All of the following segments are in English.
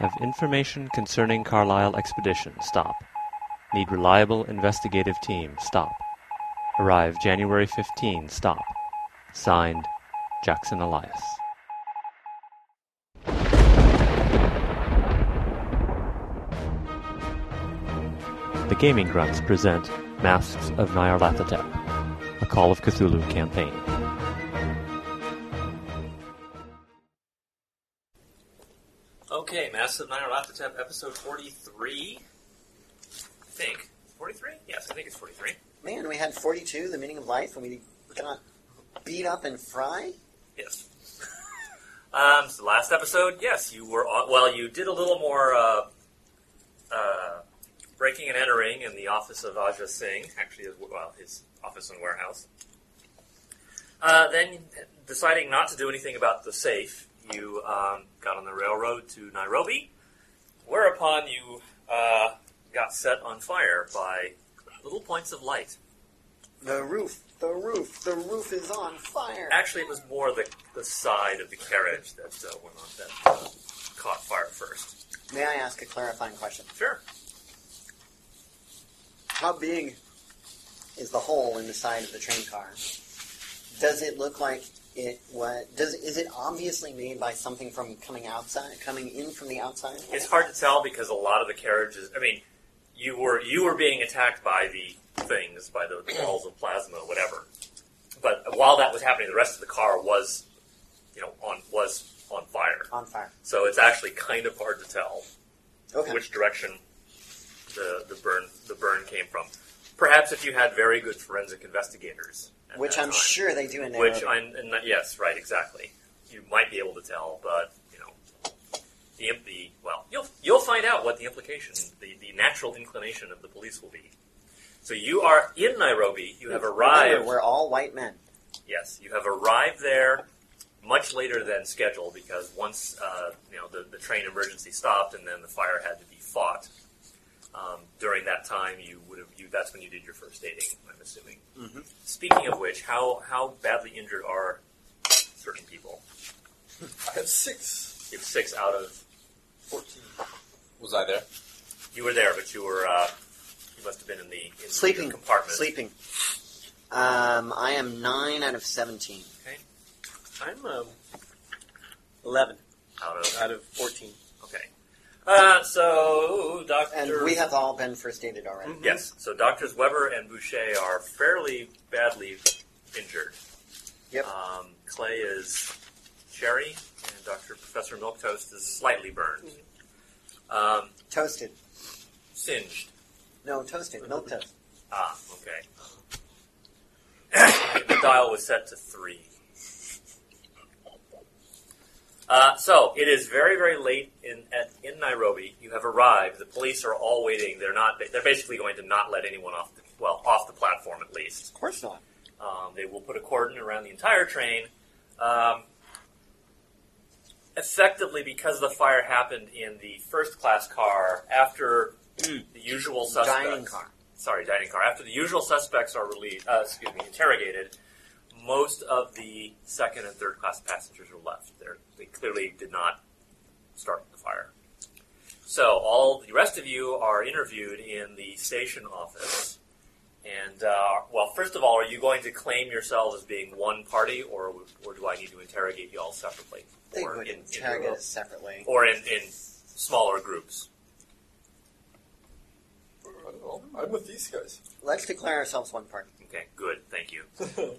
Have information concerning Carlisle expedition. Stop. Need reliable investigative team. Stop. Arrive January 15. Stop. Signed, Jackson Elias. The Gaming Grunts present Masks of Nyarlathotep, a Call of Cthulhu campaign. Okay, Masks of Nyarlathotep, episode 43. I think. 43? Yes, I think it's 43. Man, we had 42, The Meaning of Life, and we got beat up and fry? Yes. um, so last episode, yes, you were on. Well, you did a little more uh, uh, breaking and entering in the office of Ajah Singh, actually, his, well, his office and warehouse. Uh, then, deciding not to do anything about the safe, you um, got on the railroad to Nairobi, whereupon you uh, got set on fire by little points of light. The roof, the roof, the roof is on fire! Actually, it was more the, the side of the carriage that uh, went on that uh, caught fire first. May I ask a clarifying question? Sure. How big is the hole in the side of the train car? Does it look like it what does is it obviously made by something from coming outside coming in from the outside? It's hard to tell because a lot of the carriages. I mean, you were you were being attacked by the things, by the balls of plasma, whatever. But while that was happening, the rest of the car was, you know, on was on fire. on fire. So it's actually kind of hard to tell Okay. which direction the the burn the burn came from. Perhaps if you had very good forensic investigators, at Which that I'm time. sure they do in Nairobi. Which I'm and that- yes, right, exactly. You might be able to tell, but you know, the imp- the well, you'll you'll find out what the implication, the the natural inclination of the police will be. So you are in Nairobi. You have Remember, arrived. we're all white men. Yes, you have arrived there much later than scheduled because once uh, you know the, the train emergency stopped and then the fire had to be fought. Um, during that time, you would have you that's when you did your first dating. I'm assuming. Mhm. Speaking of which, how how badly injured are certain people? I had six. If six out of Fourteen. Was I there? you were there, but you were uh, you must have been in the in the Sleeping. compartment. Sleeping. Um, I am nine out of seventeen. I'm um, Eleven. out of out of fourteen. okay. Uh, so Doctor And we have all been first dated already. Mm-hmm. Yes. So doctors Weber and Boucher are fairly badly injured. Yep. Um, Clay is cherry, and Doctor Professor Milktoast is slightly burned, um, Toasted. singed. No, toasted. Milk toast. Ah, okay. the dial was set to three. Uh, so it is very, very late in at, in Nairobi. You have arrived. The police are all waiting. They're not. They're basically going to not let anyone off. The, well, off the platform at least. Of course not. Um, they will put a cordon around the entire train. Um, effectively, because the fire happened in the first class car, after the usual suspects, Dining car. sorry, dining car, after the usual suspects are released, uh, excuse me, interrogated, most of the second and third class passengers are left. They're, they clearly did not start the fire. So all the rest of you are interviewed in the station office. And uh, well, first of all, are you going to claim yourselves as being one party, or or do I need to interrogate you all separately, They or would interrogate us separately. or in, in smaller groups? I don't know. I'm with these guys. Let's declare ourselves one party. Okay, good, thank you. okay.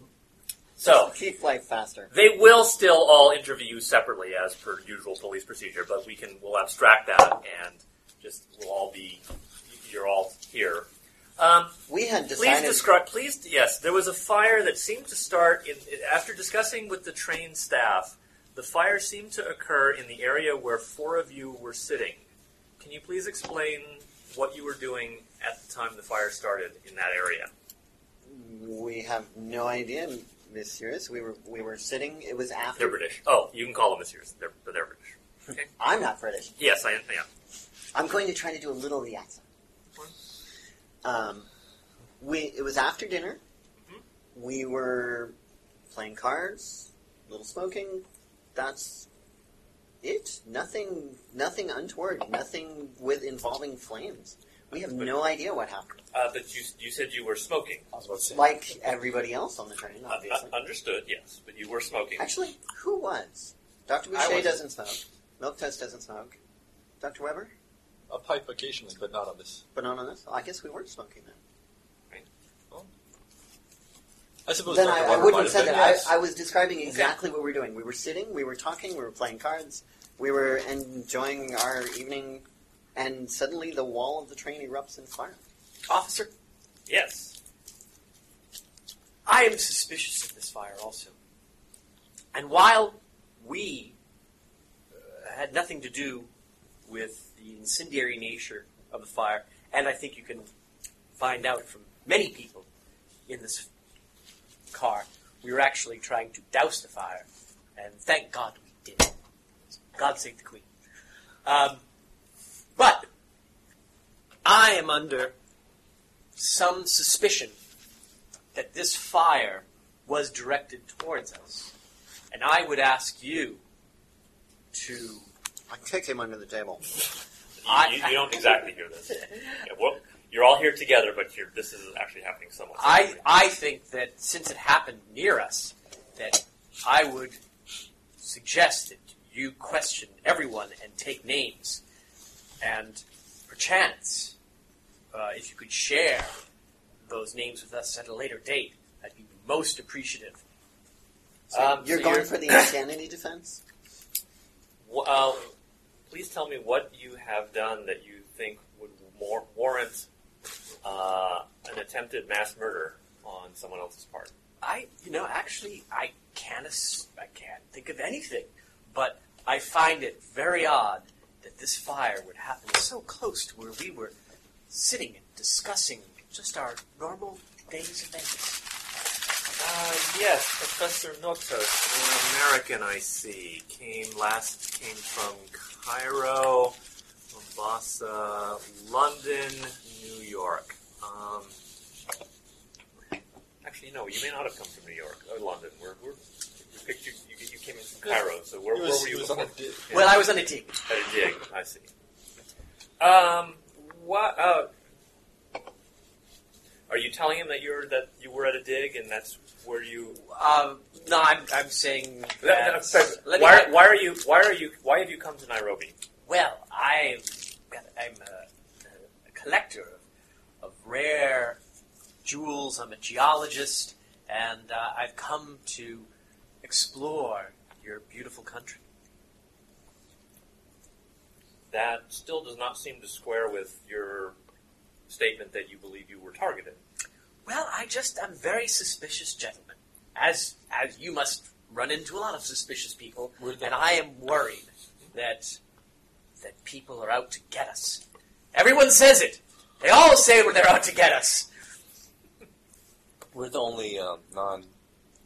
So keep life faster. they will still all interview you separately, as per usual police procedure, but we can we'll abstract that and just we'll all be you're all here. Um, We had Please decided. describe. Please, yes. There was a fire that seemed to start in, after discussing with the train staff. The fire seemed to occur in the area where four of you were sitting. Can you please explain what you were doing at the time the fire started in that area? we have no idea, messieurs. We were we were sitting. It was after. They're British. Oh, you can call them messieurs. They're, but they're British. I'm not British. Yes, I am. Yeah. I'm going to try to do a little of the accent. Um, we it was after dinner. Mhm. We were playing cards, a little smoking. That's it. Nothing, nothing untoward. Nothing with involving flames. We have no idea what happened. Uh, but you, you said you were smoking. I was about to say. Like everybody else on the train, Uh, obviously. uh, understood, yes, but you were smoking. Actually, who was? Dr. Boucher wasn't. doesn't smoke. Milk Toast doesn't smoke. Dr. Weber? A pipe occasionally, but not on this. But not on this. I guess we weren't smoking then. I suppose then Dr. I, I Weber wouldn't might have said been, that. yes. I, I was describing exactly what we were doing. We were sitting, we were talking, we were playing cards, we were enjoying our evening, and suddenly the wall of the train erupts in fire. Officer, Yes. I am suspicious of this fire also. And while we uh, had nothing to do with the incendiary nature of the fire, and I think you can find out from many people in this car, we were actually trying to douse the fire, and thank God we did. God save the Queen. Um, but I am under some suspicion that this fire was directed towards us. And I would ask you to. I kicked him under the table. You, I- you, you don't exactly hear this. Yeah, well, you're all here together, but you're, this is actually happening somewhat. I, separately. I think that since it happened near us, that I would suggest that you question everyone and take names. And perchance, uh, if you could share those names with us at a later date, I'd be most appreciative. So Um, you're so going you're- for the insanity defense? Wh- uh, please tell me what you have done that you think would more warrant uh, an attempted mass murder on someone else's part. I, you know, actually, I can't, ass- I can't think of anything, but I find it very odd that this fire would happen so close to where we were sitting and discussing just our normal days and things. Uh, yes, Professor Notos, an American I see, came last came from Cairo, Mombasa, London, New York. Um, actually, no, you may not have come from New York or London. We're, we're, you, picked, you, you, you came in from Cairo, so where, He where was, were he you was before? on a dip. Yeah. Well, I was on a dig. At a dig, I see. Um, what? Uh, are you telling him that you're that you were at a dig and that's where you? Um, no, I'm, I'm saying That, that. that's- that's- let me- why, why are you? Why are you? Why have you come to Nairobi? Well, I'm I'm a, a collector of, of rare jewels. I'm a geologist, and uh, I've come to explore your beautiful country. That still does not seem to square with your statement that you believe you were targeted. Well, I just I'm very suspicious, gentlemen. As as you must run into a lot of suspicious people, We're the- and I am worried that that people are out to get us. Everyone says it. They all say when they're out to get us. We're the only um, non,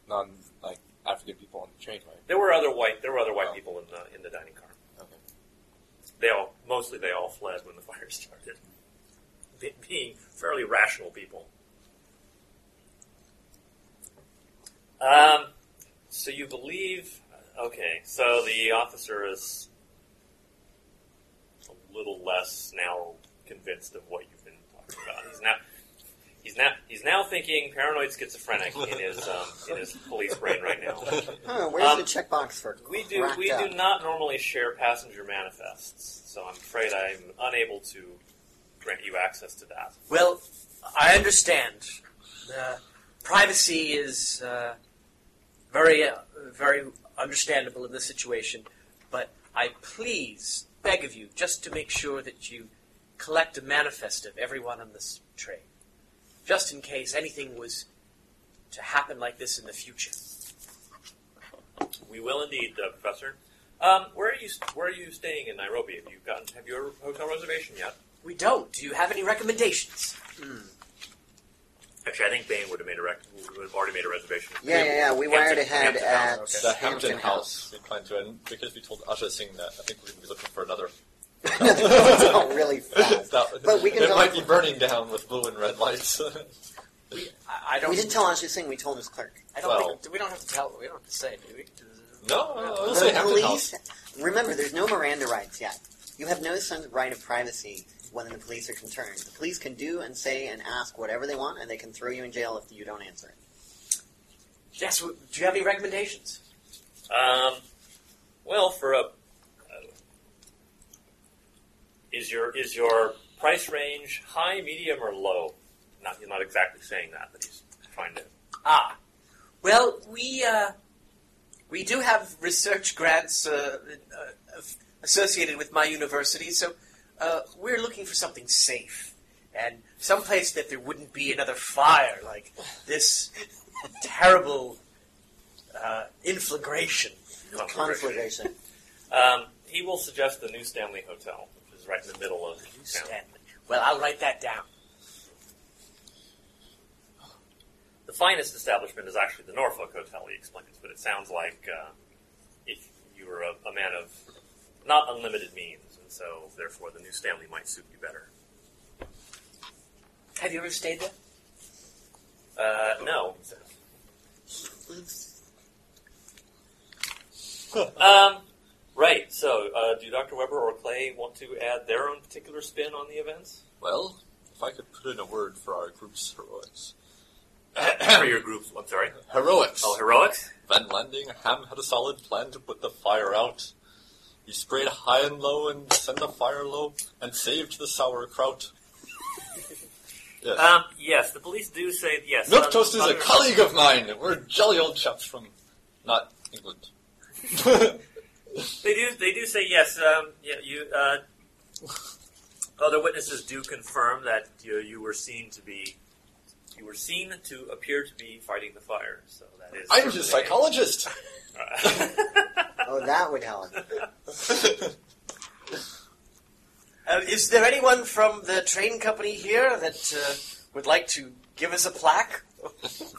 non like African people on the train, right? There were other white. There were other white Oh. people in the in the dining car. Okay. They all mostly they all fled when the fire started. Be- being fairly rational people. Um, so you believe? Okay, so the officer is a little less now convinced of what you've been talking about. He's now. He's now, he's now thinking paranoid schizophrenic in his, um, in his police brain right now. Huh, where's Um, the checkbox for We do. cracked We up? do not normally share passenger manifests, so I'm afraid I'm unable to grant you access to that. Well, I understand. Uh, privacy is uh, very, uh, very understandable in this situation, but I please beg of you just to make sure that you collect a manifest of everyone on this train, just in case anything was to happen like this in the future. We will indeed, uh, Professor. Um, where are you? Where are you staying in Nairobi? Have you gotten? Have your hotel reservation yet? We don't. Do you have any recommendations? Actually, I think Bain would have made a rec- would have already made a reservation. Yeah, yeah, yeah. We Hampton- wired ahead Hampton at House, The Hampton, House. We plan to, and because we told Asha Singh that, I think we're going to be looking for another. It's all really fast. That- But we can it go- might be burning down with blue and red lights. We, I, I don't. We didn't tell Anju Singh. We told his clerk. I don't Well- think we don't have to tell. We don't have to say, do we? No, no, no. The Let's say Hampton House. police. Remember, there's no Miranda rights yet. You have no some right of privacy when the police are concerned. The police can do and say and ask whatever they want, and they can throw you in jail if you don't answer it. Yes. w- Do you have any recommendations? Um, well, for a uh, is your is your price range high, medium, or low? Not he's not exactly saying that, but he's trying to. Ah, well, we uh, we do have research grants uh, uh, of- associated with my university, so uh, we're looking for something safe and someplace that there wouldn't be another fire like this terrible uh, inflagration. Conflagration. Um, he will suggest the New Stanley Hotel, which is right in the middle of town. Stanley. Well, I'll write that down. The finest establishment is actually the Norfolk Hotel, he explains, but it sounds like uh, if you were a, a man of not unlimited means, and so therefore the new Stanley might suit you better. Have you ever stayed there? Uh, no. Lives- Um, right, so uh, do Dr. Weber or Clay want to add their own particular spin on the events? Well, if I could put in a word for our group's heroics. For your group, I'm sorry. Heroics. Oh, heroics? Van Landing Ham had a solid plan to put the fire out. He sprayed high and low and sent the fire low and saved the sauerkraut. yes. Um, yes, the police do say yes. Milk um, Toast is a other- colleague of mine. We're jolly old chaps from not England. They do. They do say yes. Um, yeah, you. Uh, other witnesses do confirm that you, you were seen to be. You were seen to appear to be fighting the fire. So that is. I'm just a psychologist. Oh, that would help. Uh, is there anyone from the train company here that uh, would like to give us a plaque?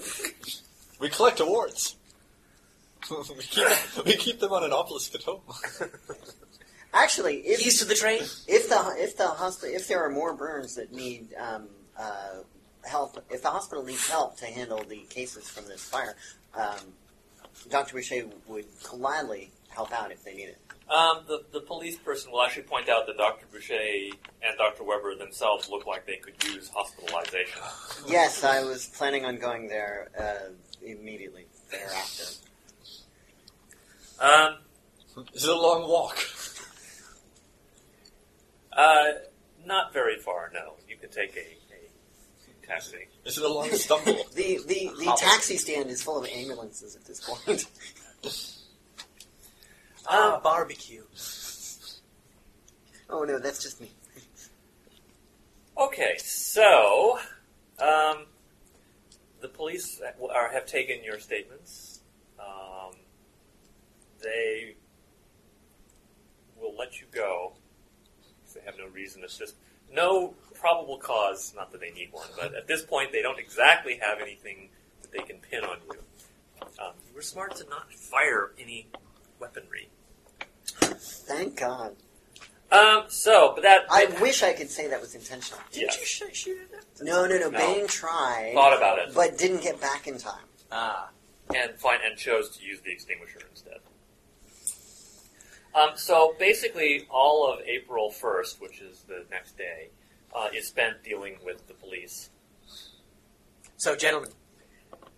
we collect awards. we, keep, we keep them on an obelisk at home. Actually, if Keys to the train? If the if the hospital if there are more burns that need um, uh, help, if the hospital needs help to handle the cases from this fire, um, Doctor Boucher would gladly help out if they need it. Um, the, the police person will actually point out that Dr. Boucher and Dr. Weber themselves look like they could use hospitalization. Yes, I was planning on going there uh, immediately thereafter. Um, It's a long walk. uh, not very far. No, you could take a, a taxi. Is it a long stumble? The the, the taxi stand is full of ambulances at this point. Ah, barbecue. oh no, that's just me. Okay, so um, the police are, have taken your statements. Um, they will let you go. 'cause They have no reason. It's just no probable cause. Not that they need one, but at this point, they don't exactly have anything that they can pin on you. Um, you were smart to not fire any weaponry. Thank God. Um, so, but that I wish I could say that was intentional. Yeah. Did you sh- shoot at them? No, no, no. No. Bane tried, thought about it but didn't get back in time. Ah. and find and chose to use the extinguisher instead. Um, so basically, all of April first, which is the next day, uh, is spent dealing with the police. So, gentlemen,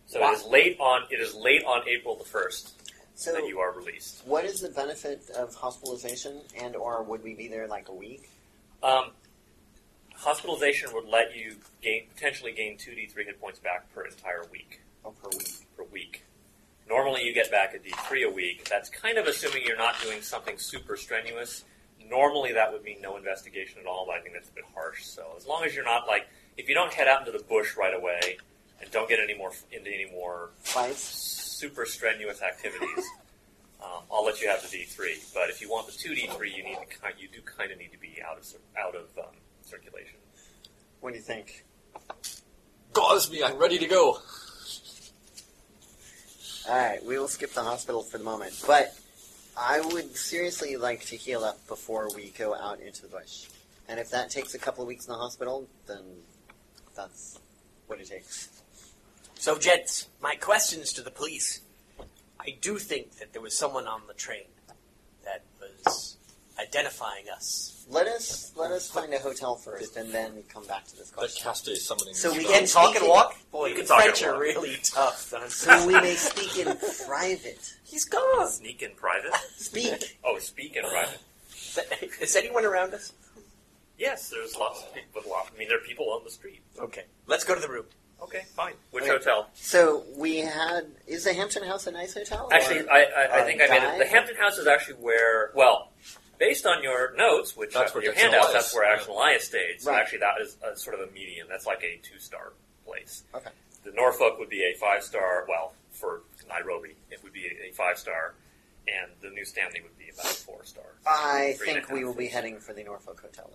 So it is late on it is late on April the first So that you are released. What is the benefit of hospitalization, and or would we be there like a week? Um, hospitalization would let you gain potentially gain two d three hit points back per entire week Oh, per week. per week. Normally, you get back a d three a week. That's kind of assuming you're not doing something super strenuous. normally that would mean no investigation at all, but I think that's a bit harsh. So as long as you're not like, if you don't head out into the bush right away and don't get any more into any more Twice. super strenuous activities, um, I'll let you have the D three. But if you want the two D three, you need to kind, you do kind of need to be out of cir- out of um, circulation. What do you think? Gauze me, I'm ready to go. All right, we will skip the hospital for the moment, but I would seriously like to heal up before we go out into the bush. And if that takes a couple of weeks in the hospital, then that's what it takes. so gents, my questions to the police. I I do think that there was someone on the train that was identifying us. Let us let us find a hotel first, and then come back to this The question. Caste is summoning So we spell. can talk and walk? Boy, You the can talk and French are walk. really tough. Son. So we may speak in private. He's gone. Sneak in private? Speak. Oh, speak in private. Is anyone around us? Yes, there's lots of people. With lots, I mean, there are people on the street. Okay, let's go to the room. Okay, fine. Which Okay. hotel? So we had. Is the Hampton House a nice hotel? or- Actually, I, I, I uh, think I made it. The dive? Hampton House is actually where, well, based on your notes, which That's uh, where your Jackson handouts, Elias- that's where yeah. Action Elias stayed. So Right. actually, that is a, sort of a median. That's like a two star place. Okay. The Norfolk would be a five star, well, for Nairobi, it would be a, a five star, and the New Stanley would be about a four star. I Three and a think we half will be is- heading for the Norfolk Hotel.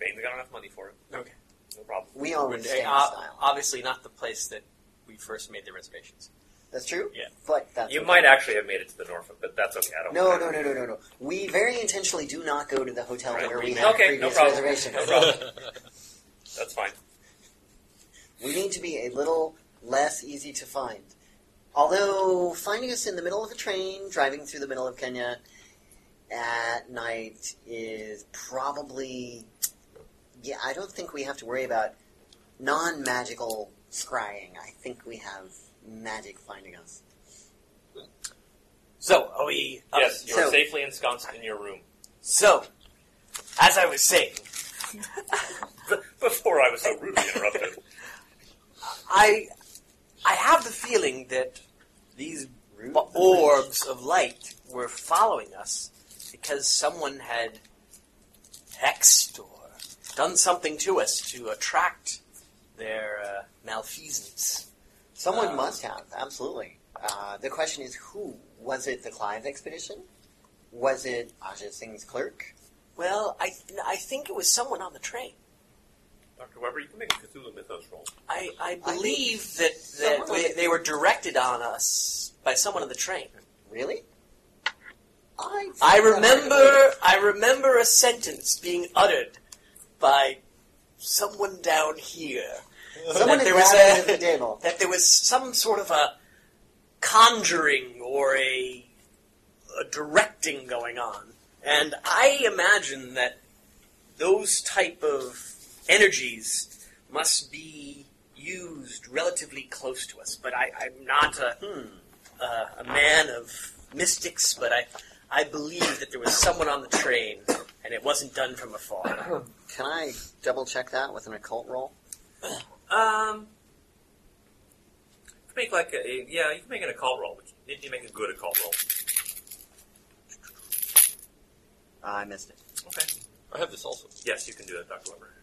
Bain's got enough money for it. Okay. No problem. We always Would- stay in uh, Oh, style. obviously not the place that we first made the reservations. That's true. yeah. But that's you okay. might actually have made it to the Norfolk, but that's okay. I don't No, care. no, no, no, no, no. We very intentionally do not go to the hotel Right, where we- we had okay, no previous problem. reservations. No problem. That's fine. We need to be a little less easy to find. Although finding us in the middle of a train, driving through the middle of Kenya at night is probably yeah, I don't think we have to worry about non magical scrying. I think we have magic finding us. So, are we? up? Yes, you're Uh, so- safely ensconced in your room. So, as I was saying, Before I was so rudely interrupted. I, I have the feeling that these Rude. bu- orbs of light were following us because someone had hexed or done something to us to attract their uh, malfeasance. Someone Um, must have, absolutely. Uh, the question is who? Was it the Clive expedition? Was it Ajit Singh's clerk? Well, I, th- I think it was someone on the train. Dr. Weber, you can make a Cthulhu Mythos roll. I, I I believe that, that someone- they, they were directed on us by someone on the train. Really? I, I remember I remember a sentence being uttered by someone down here Someone that is there was at a- the table. that there was some sort of a conjuring or a, a directing going on, and I imagine that those type of energies must be used relatively close to us. But I, I'm not a Hmm. uh, a man of mystics, but I, I believe that there was someone on the train, and it wasn't done from afar. Can I double check that with an occult roll? Um, you can make like a, yeah, you can make an occult roll, but you need to make a good occult roll. Uh, I missed it. Okay. I have this also. Yes, you can do that, Dr. Weber.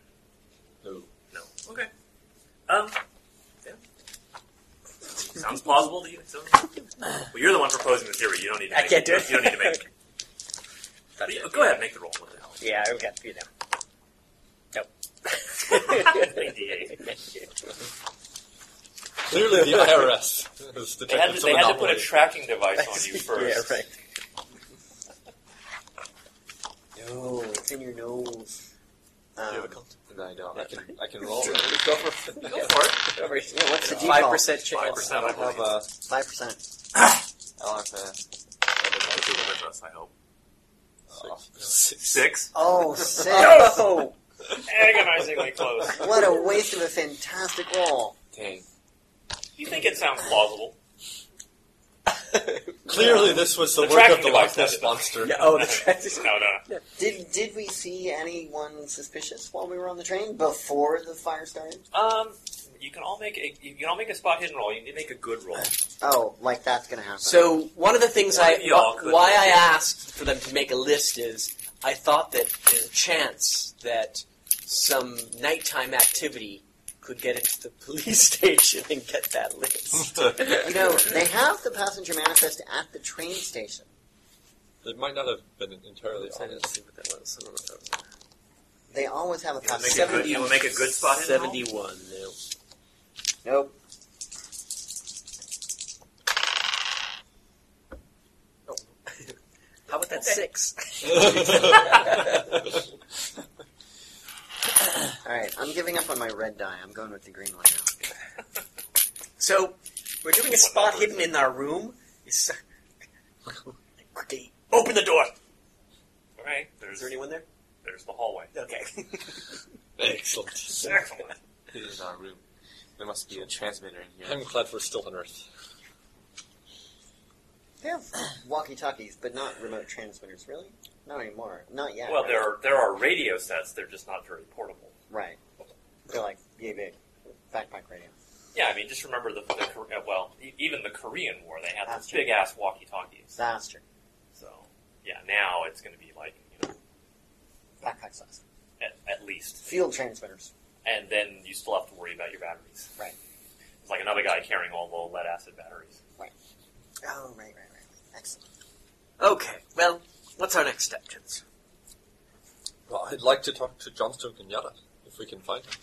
No. No. Okay. Um, yeah. Sounds plausible to you. So- well, you're the one proposing the theory. You don't need to I make can't do it. You don't need to make That's it. it. Go ahead, make the roll. What the hell? Yeah, I've got you know. Clearly the IRS is the They had, to, detectives they had to put a anomaly. tracking device on you first. Yeah, right. No, it's in your nose. Um, Do you have a cult? No, I don't. I I can, I can roll it. Go for it. Over here. yeah, what's the Five default? percent Five chance. percent. I I don't have believe. a. Five percent. I don't have Cthulhu Mythos, I hope. Six. Six. Oh, six. No! Agonizingly close. What a waste of a fantastic roll. a. Dang. You think it sounds plausible? Clearly this was the, The work tracking of the Loch device Ness did it. Monster. Yeah, oh, the no, no. Did did we see anyone suspicious while we were on the train before the fire started? Um, you can all make a you can all make a spot hidden roll. You need to make a good roll. Oh, like that's gonna happen. So one of the things I One of y'all could- why I asked for them to make a list is I thought that there's a chance that some nighttime activity could get into the police station and get that list. you know they have the passenger manifest at the train station. It might not have been entirely I didn't honest. see what that was. I don't know what that was. They always have a You will passenger. make a good, you will make a good spot hidden roll. Seventy-one. No. Nope. How about that Okay. six? All right, I'm giving up on my red die. I'm going with the green one now. So we're doing a spot hidden in our room, Yes, sir. Quickly, open the door. All right. There's Is there anyone there? there's the hallway. Okay. Excellent. Excellent. It is our room. There must be a transmitter in I'm here. glad we're still on Earth. They have walkie-talkies, but not remote transmitters, really? Not anymore. Not yet. Well, right? there are there are radio sets. They're just not very portable. Right. They're like yay big. Backpack radio. Yeah, I mean, just remember the, the Kor- uh, well, e- even the Korean War, they had That's those true. big ass walkie talkies. Disaster. So yeah, now it's going to be like you know Backpack size. at, at least, Field transmitters. and then you still have to worry about your batteries. Right. It's like another guy carrying all the lead acid batteries. Oh, right, right, right. right. Excellent. Okay. Well, what's our next step, gents? Well, I'd like to talk to Johnston Kenyatta if we can find him.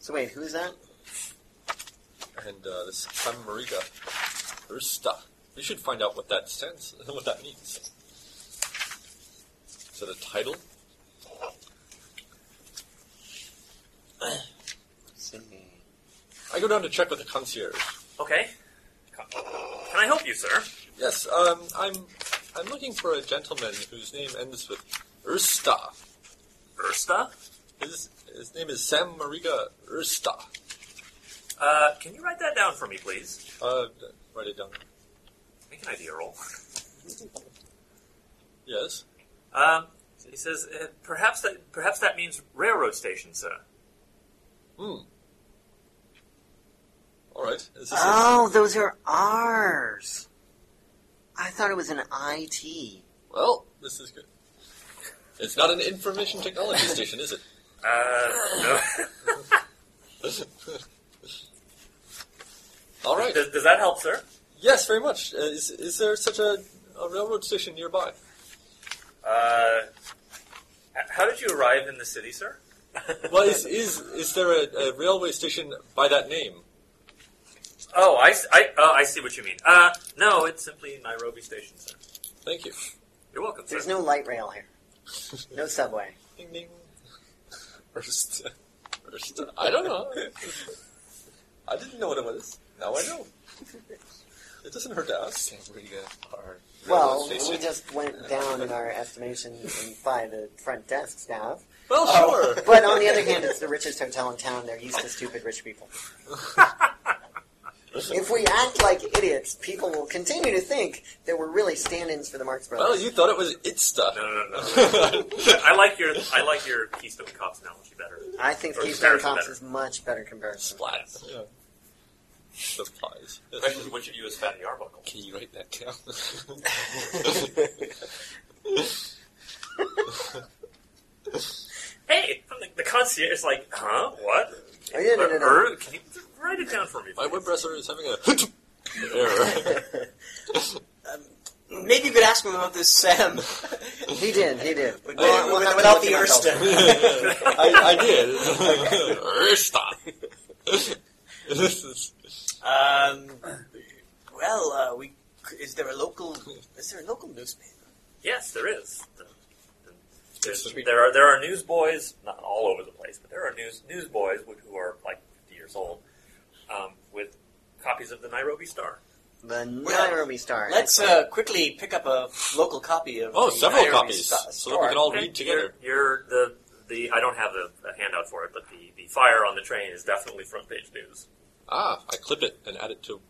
So wait, who is that? And uh, this Samariga, Rusta. We should find out what that stands, what that means. Is it a title? I go down to check with the concierge. Okay. Can I help you, sir? Yes, um, I'm I'm looking for a gentleman whose name ends with Ursta. Ursta? His, his name is Sam Mariga Ursta. Uh, can you write that down for me, please? Uh, write it down. Make an idea roll. Yes. Um, he says, uh, perhaps that perhaps that means railroad station, sir. Hmm. All right. Is this Oh, those are R's. I thought it was an IT. a, well, this is good. It's not an information technology station, is it? Uh, no. All right. does, does that help, sir? Yes, very much. Uh, Is, is there such a, a railroad station nearby? Uh, h- how did you arrive in the city, sir? Well, is is, is there a, a railway station by that name? Oh, I, s- I- oh, I see what you mean. Uh, no, it's simply Nairobi Station, sir. Thank you. You're welcome, sir. There's no light rail here. No subway. Ding ding. First, first. I don't know. I didn't know what it was. Now I know. It doesn't hurt to ask. Samariga or Well, railroad we station. just went down in our estimations by the front desk staff. Well, Oh, sure. but on the other hand, it's the richest hotel in town. They're used to stupid rich people. if we act like idiots, people will continue to think that we're really stand-ins for the Marx Brothers. Well, you thought it was it stuff. No, no, no. no. I like your I like your Keystone Cops analogy better. I think Or Keystone comparison Cops better. is much better comparison. Splats. Yeah. The pies. The question is, which of you is Fatty Arbuckle? Can you write that down? Hey, I'm the, the concierge is like, huh? What? Oh, yeah, no, no, no. Er, can you write it down for me? My please? web browser is having a error. Maybe you could ask him about this Sam. He did, he did. With- Well, we'll have to without look the him up Ersta. elsewhere. I, I did. Err, Stop. this is Um, well, uh, we is there a local is there a local newspaper? Yes, there is. There's, It's- there are there are newsboys, not all over the place, but there are news newsboys who- who are like 50 years old um, with copies of the Nairobi Star. The Well, Nairobi Star. Let's uh, quickly pick up a local copy of oh, the several Nairobi copies, Sta- so that we Star. can all Okay, read together. You're, you're the the I don't have a, a handout for it, but the, the fire on the train is definitely front page news. Ah, I clip it and add it to.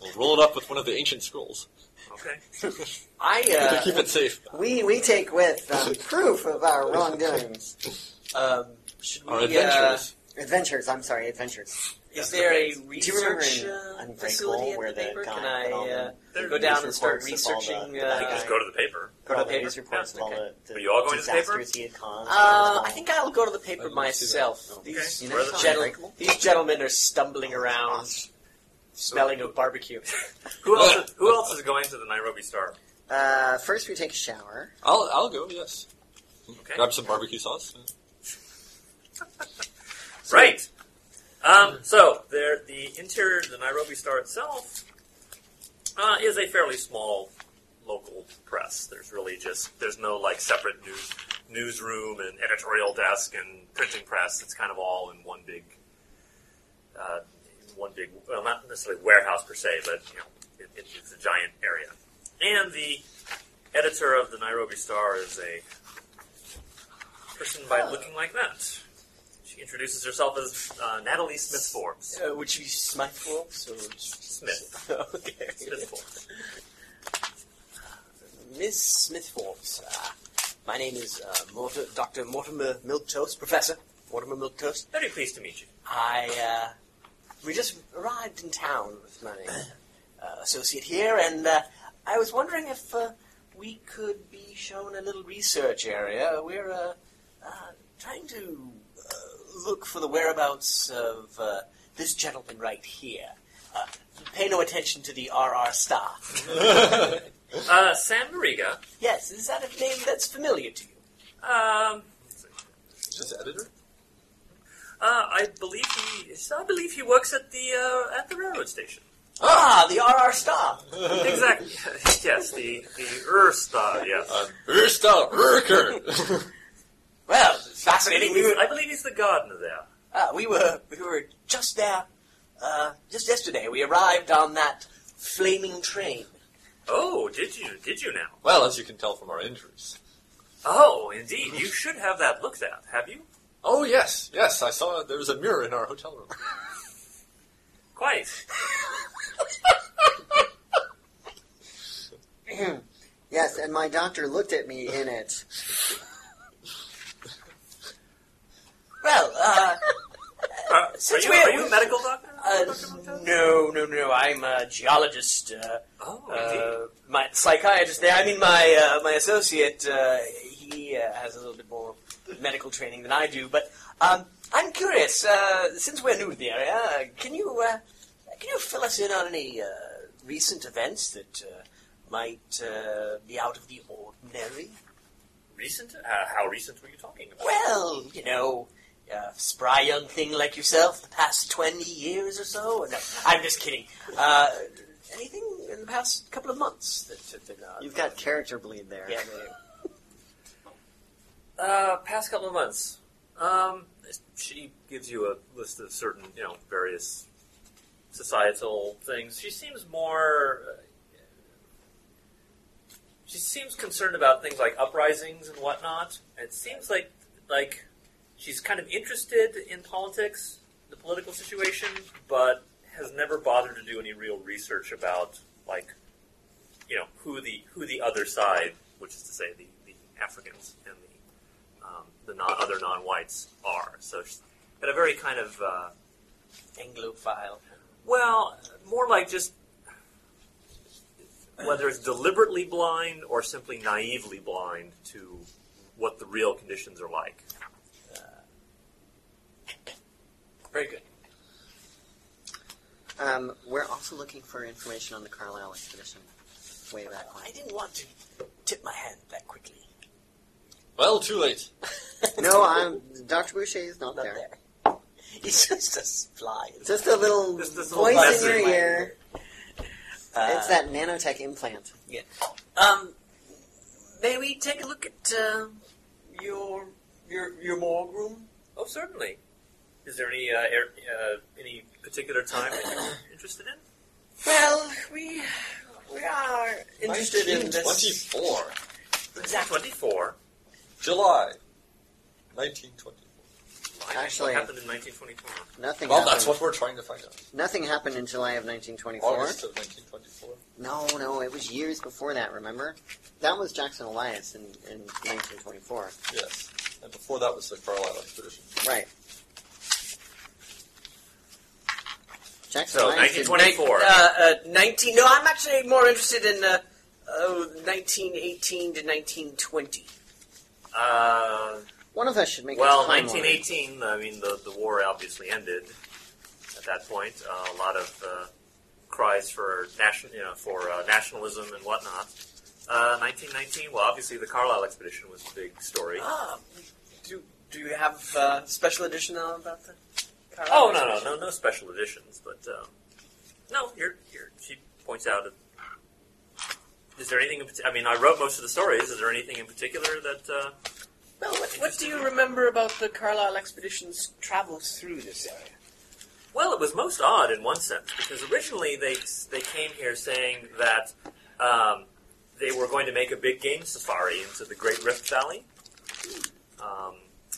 We'll roll it up with one of the ancient scrolls Okay. to I uh, keep it safe. we we take with um, proof of our wrongdoings. uh, um, should we? Our uh, adventures. Adventures, I'm sorry, adventures. is there a Do you remember research in uh, Unbreakable facility at where the the paper? guy Can put I all the- uh, There's, go you down and news start reports of all the- researching? the uh, bad just go to the paper. Go to All the paper? news reports of all the, the Are you all going to the paper? disasters he had caused. Uh, I think I'll go to the paper I didn't myself. that. These, Okay. You never saw gentle- Unbreakable? these gentlemen are stumbling around, smelling of barbecue. Who else? Who else is going to the Nairobi Star? Uh, first, we take a shower. I'll I'll go. Yes. Okay. Grab some barbecue sauce. Right. Um, so there, the interior, the Nairobi Star itself, uh, is a fairly small local press. There's really just there's no like separate news newsroom and editorial desk and printing press. It's kind of all in one big, uh, in one big. Well, not necessarily warehouse per se, but you know, it, it, it's a giant area. And the editor of the Nairobi Star is a person by looking like that. She introduces herself as uh, Natalie Smith Forbes. Uh, would she be Smith Forbes or Smith? okay. Smith Forbes. Miss Smith Forbes. Uh, my name is uh, Morti- Dr. Mortimer Milktoast, Professor Mortimer Milktoast. Very pleased to meet you. I, uh, we just arrived in town with my uh, associate here, and uh, I was wondering if uh, we could be shown a little research area. We're uh, uh, trying to uh, look for the whereabouts of uh, this gentleman right here. Uh, pay no attention to the RR star. Uh, Sam Mariga. Yes, is that a name that's familiar to you? Um, Just editor? uh, I believe he. I believe he works at the uh, at the railroad station. Ah, the RR star. exactly. Yes, the the Ursta. Yes. Uh, Ursta Urker! Well, I fascinating. believe We he's- were, I believe he's the gardener there. uh, we were we were just there, uh, just yesterday. We arrived on that flaming train. Oh, did you? Did you now? well, as you can tell from our injuries. Oh, indeed. You should have that looked at. Have you? Oh, yes, yes, I saw there was a mirror in our hotel room. Quite. Yes, and my doctor looked at me in it. Well, uh, Uh, are, Since you, we're- are you a medical doctor? uh, Dr. Montez? no, no, no. I'm a geologist. Uh, Oh, indeed. uh, my psychiatrist there. I mean, my uh, my associate. Uh, he uh, has a little bit more medical training than I do. But um, I'm curious. Uh, since we're new to the area, uh, can you uh, can you fill us in on any uh, recent events that uh, might uh, be out of the ordinary? recent? Uh, how recent were you talking about? Well, you know. Uh, spry young thing like yourself, the past 20 years or so? No, I'm just kidding. Uh, anything in the past couple of months that have been. Uh, You've got character bleed there. Yeah, they- Uh, past couple of months. Um, she gives you a list of certain, you know, various societal things. She seems more. Uh, she seems concerned about things like uprisings and whatnot. It seems like like she's kind of interested in politics, the political situation, but has never bothered to do any real research about like you know who the who the other side, which is to say the, the Africans and the um, the non- other non-whites are. So it's got a very kind of uh, Anglophile. well, more like just whether it's deliberately blind or simply naively blind to what the real conditions are like. Uh, Very good. Um, we're also looking for information on the Carlisle expedition. Way back when. I didn't want to tip my hand that quickly. Well, too late. No, I'm, Dr. Boucher is not Not there. there. He's just a fly. Just a little Just this little voice in buzzing. your ear. Uh, it's that nanotech implant. Um, may we take a look at uh, your your your morgue room? Oh, certainly. Is there any uh, air, uh, any particular time that you're interested in? Well, we we are interested in this. 1924. Exactly. Twenty-four. July 1924. Actually- what happened in 1924? Nothing Well, happened. that's what we're trying to find out. Nothing happened in July of 1924. August of 1924. No, no, it was years before that, remember? That was Jackson Elias in, in 1924. Yes. And before that was the Carlisle expedition. Right. Jackson So Elias did- 1924. Uh, uh, nineteen. No, I'm actually more interested in uh, oh, 1918 to nineteen twenty. Uh, One of us should make Well, a timeline. 1918. I mean, the, the war obviously ended at that point. Uh, a lot of uh, cries for national, you know, for uh, nationalism and whatnot. Uh, 1919. Well, obviously the Carlisle expedition was the big story. Ah, do do you have uh, special edition now about the? Oh no, no, no, no special editions. But um, no, here, here. She points out. Is there anything? In, parti- I mean, I wrote most of the stories. Is there anything in particular that? Uh, Well, what, what do you remember about the Carlisle expedition's travels through this area? Well, it was most odd in one sense because originally they they came here saying that um, they were going to make a big game safari into the Great Rift Valley, um,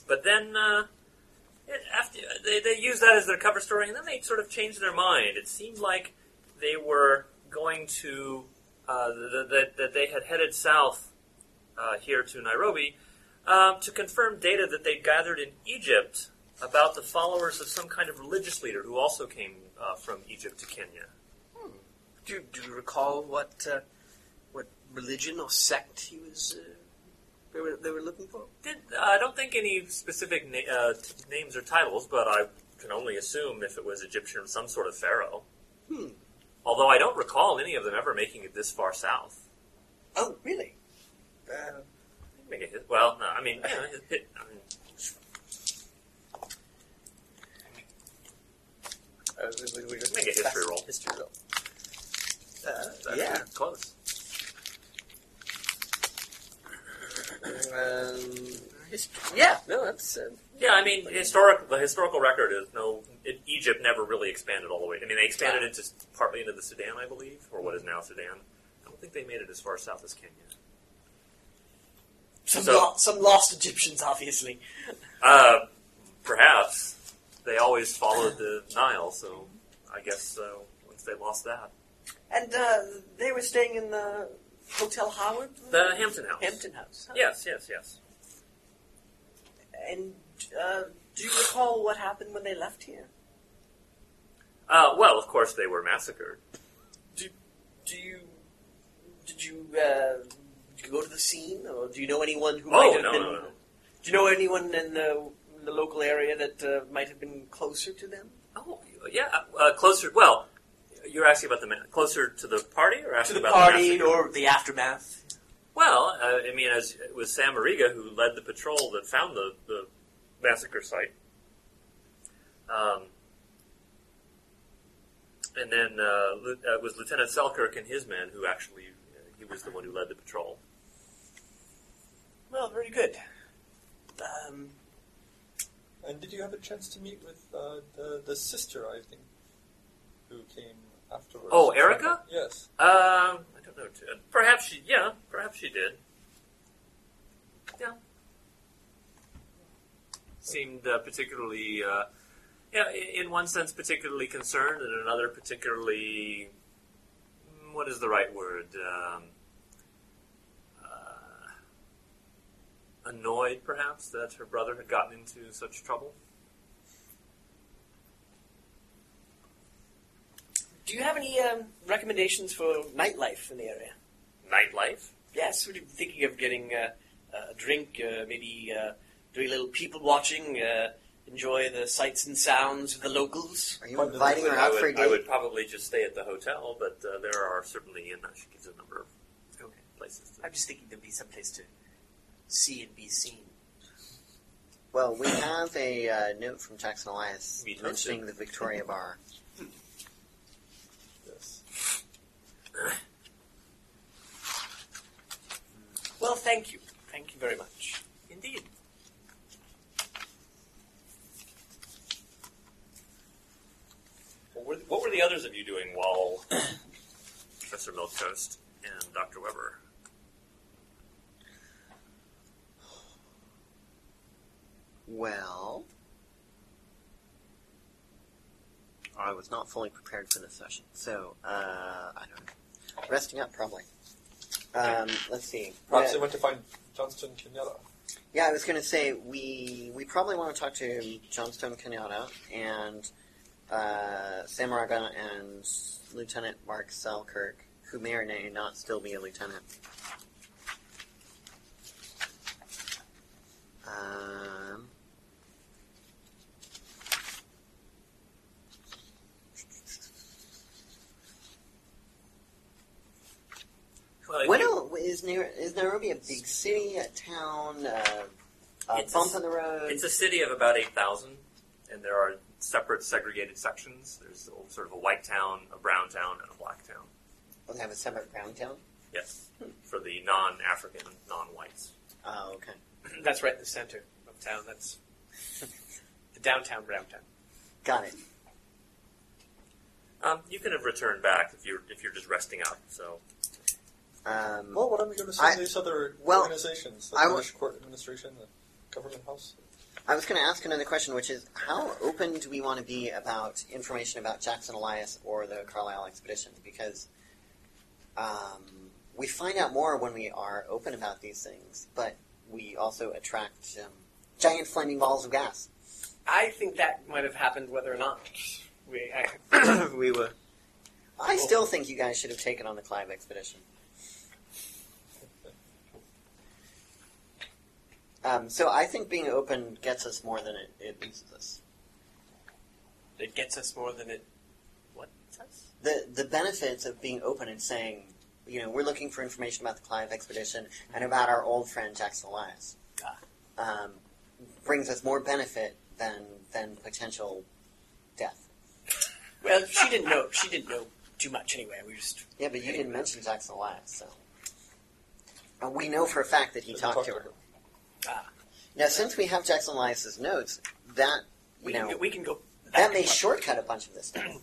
but then uh, it, after they they used that as their cover story, and then they sort of changed their mind. It seemed like they were going to uh, that that- that they had headed south uh, here to Nairobi um, to confirm data that they gathered in Egypt about the followers of some kind of religious leader who also came uh, from Egypt to Kenya. Do, do you recall what uh, what religion or sect he was uh, they, were, they were looking for? Did, uh, I don't think any specific na- uh, t- names or titles, but I can only assume if it was Egyptian or some sort of pharaoh. Hmm. Although I don't recall any of them ever making it this far south. Oh, really? Make a hit- Well, no, I mean, you know, hit- hit- I mean, Uh, we, we- we just Make a history roll. History roll. Uh, that's yeah. close. Um, history. Yeah, no, that's. Uh, Yeah, I mean, historic the historical record is no it, Egypt never really expanded all the way. I mean, they expanded into partly into the Sudan, I believe, or what is now Sudan. I don't think they made it as far south as Kenya. Some, So- la- some lost Egyptians, obviously. Uh, perhaps they always followed the Nile, so I guess uh, once they lost that, And uh, they were staying in the Hotel Howard? the Hampton House. Hampton House. huh? Yes, yes, yes. And uh, do you recall what happened when they left here? Uh, well, of course they were massacred. Do you did you, uh, did you go to the scene, or do you know anyone who might Oh have no, been? no, no. Do you know anyone in the, the local area that uh, might have been closer to them? Oh yeah, uh, closer. Well, you're asking about the ma- closer to the party, or asking to the about the party massacre? or the aftermath? Well, uh, I mean, as it was Sam Mariga who led the patrol that found the, the massacre site. Um, and then uh, Lu- uh, it was Lieutenant Selkirk and his men who actually, uh, he was the one who led the patrol. Well, very good. Um, And did you have a chance to meet with uh, the the sister? I think who came afterwards. Oh, Erica? Yes. Um, I don't know. t- uh, Perhaps she, yeah, perhaps she did. Yeah. Seemed uh, particularly, uh, yeah, i- in one sense particularly concerned, and in another particularly, mm, what is the right word? Um, uh, annoyed, perhaps, that her brother had gotten into such trouble. do you have any um, recommendations for nightlife in the area? Nightlife. Yes, we're thinking of getting uh, a drink, uh, maybe uh, doing a little people watching, uh, enjoy the sights and sounds of the locals. Are you inviting her out I for a would, date? I would probably just stay at the hotel, but uh, there are certainly, and she gives a number of Okay. places. To I'm just thinking there'd be some place to see and be seen. Well, we have a uh, note from Jackson Elias We toasted. mentioning the Victoria Bar. Yes. Well, thank you. Thank you very much. Indeed. What were, what were the others of you doing while Professor Milktoast and Dr. Weber? Well, I was not fully prepared for this session, so uh, I don't know. Resting up, probably. Um, let's see. Perhaps Uh, they went to find Johnston Kenyatta. Yeah, I was going to say we we probably want to talk to Johnstone Kenyatta and uh, Sam Raga and Lieutenant Mark Selkirk, who may or may not still be a lieutenant. Um, what el- is Nai- is Nairobi a big city, a town, a, a It's a bump s- in the road? It's a city of about 8,000, and there are separate segregated sections. There's sort of a white town, a brown town, and a black town. Well, they have a separate brown town. Yes, Hmm. for the non African, non whites. Oh, okay. That's right in the center of town. That's the downtown Browntown. Got it. Um, you can have returned back if you're if you're just resting up. So Um, Well, what am I going to say I- to these other well, organizations? The I w- British court administration, the government house? I was going to ask another question, which is how open do we want to be about information about Jackson Elias or the Carlisle expedition? Because um, we find out more when we are open about these things, but we also attract um, giant flaming balls of gas. I think that might have happened whether or not we I, we were. I still think you guys should have taken on the Clive expedition. Um, so I think being open gets us more than it, it loses us. It gets us more than it. What us? the the benefits of being open and saying, you know, we're looking for information about the Clive expedition and about our old friend Jackson Elias, Ah. um, brings us more benefit than than potential death. Well, she didn't know. She didn't know too much anyway. We just Yeah, but you didn't mention Jackson Elias, so and we know for a fact that he Didn't talked talk to to her. Ah. Now, since we have Jackson Elias's notes, that you we know can go, we can go. that back may and forth. shortcut a bunch of this stuff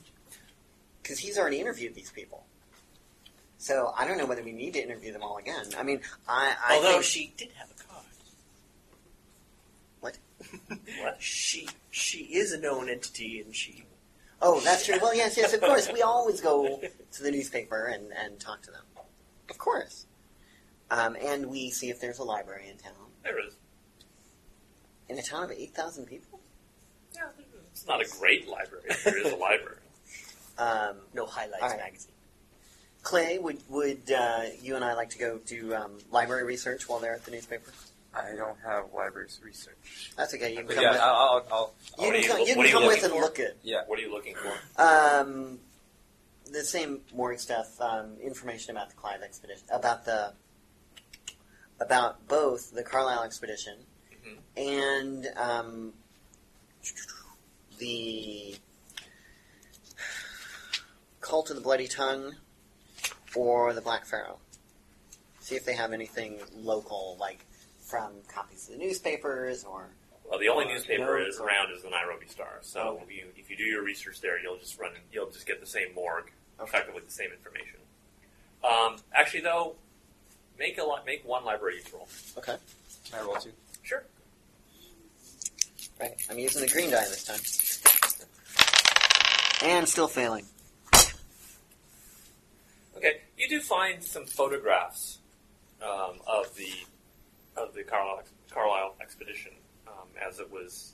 because he's already interviewed these people. So I don't know whether we need to interview them all again. I mean, I, I Although think- she did have a card. What? what? She she is a known entity, and she oh, that's true. Well, yes, yes, of course. We always go to the newspaper and, and talk to them, of course. Um, and we see if there's a library in town. there is. In a town of eight thousand people, Yeah, it's not a great library. but There is a library. um, no highlights All right. magazine. Clay, would would uh, you and I like to go do um, library research while they're at the newspaper? I don't have libraries research. That's okay. You can But come yeah, I'll, I'll, uh, with. You I'll. What are can you- come, you what can are you come with looking and for? look at Yeah. What are you looking for? Um, the same Morg stuff. Um, information about the Clive expedition, about the about both the Carlisle expedition Mhm. and um, the Cult of the Bloody Tongue or the Black Pharaoh. See if they have anything local, like from copies of the newspapers or. Well, the only newspaper no, is no. around is the Nairobi Star. So if, you, if you do your research there, you'll just run. You'll just get the same morgue, effectively the same information. Um, actually, though, make a li- make one library each roll. Okay. Can I roll two? Sure. Right. I'm using the green die this time. And still failing. Okay, you do find some photographs um, of the of the Carlisle, Carlisle expedition um, as it was,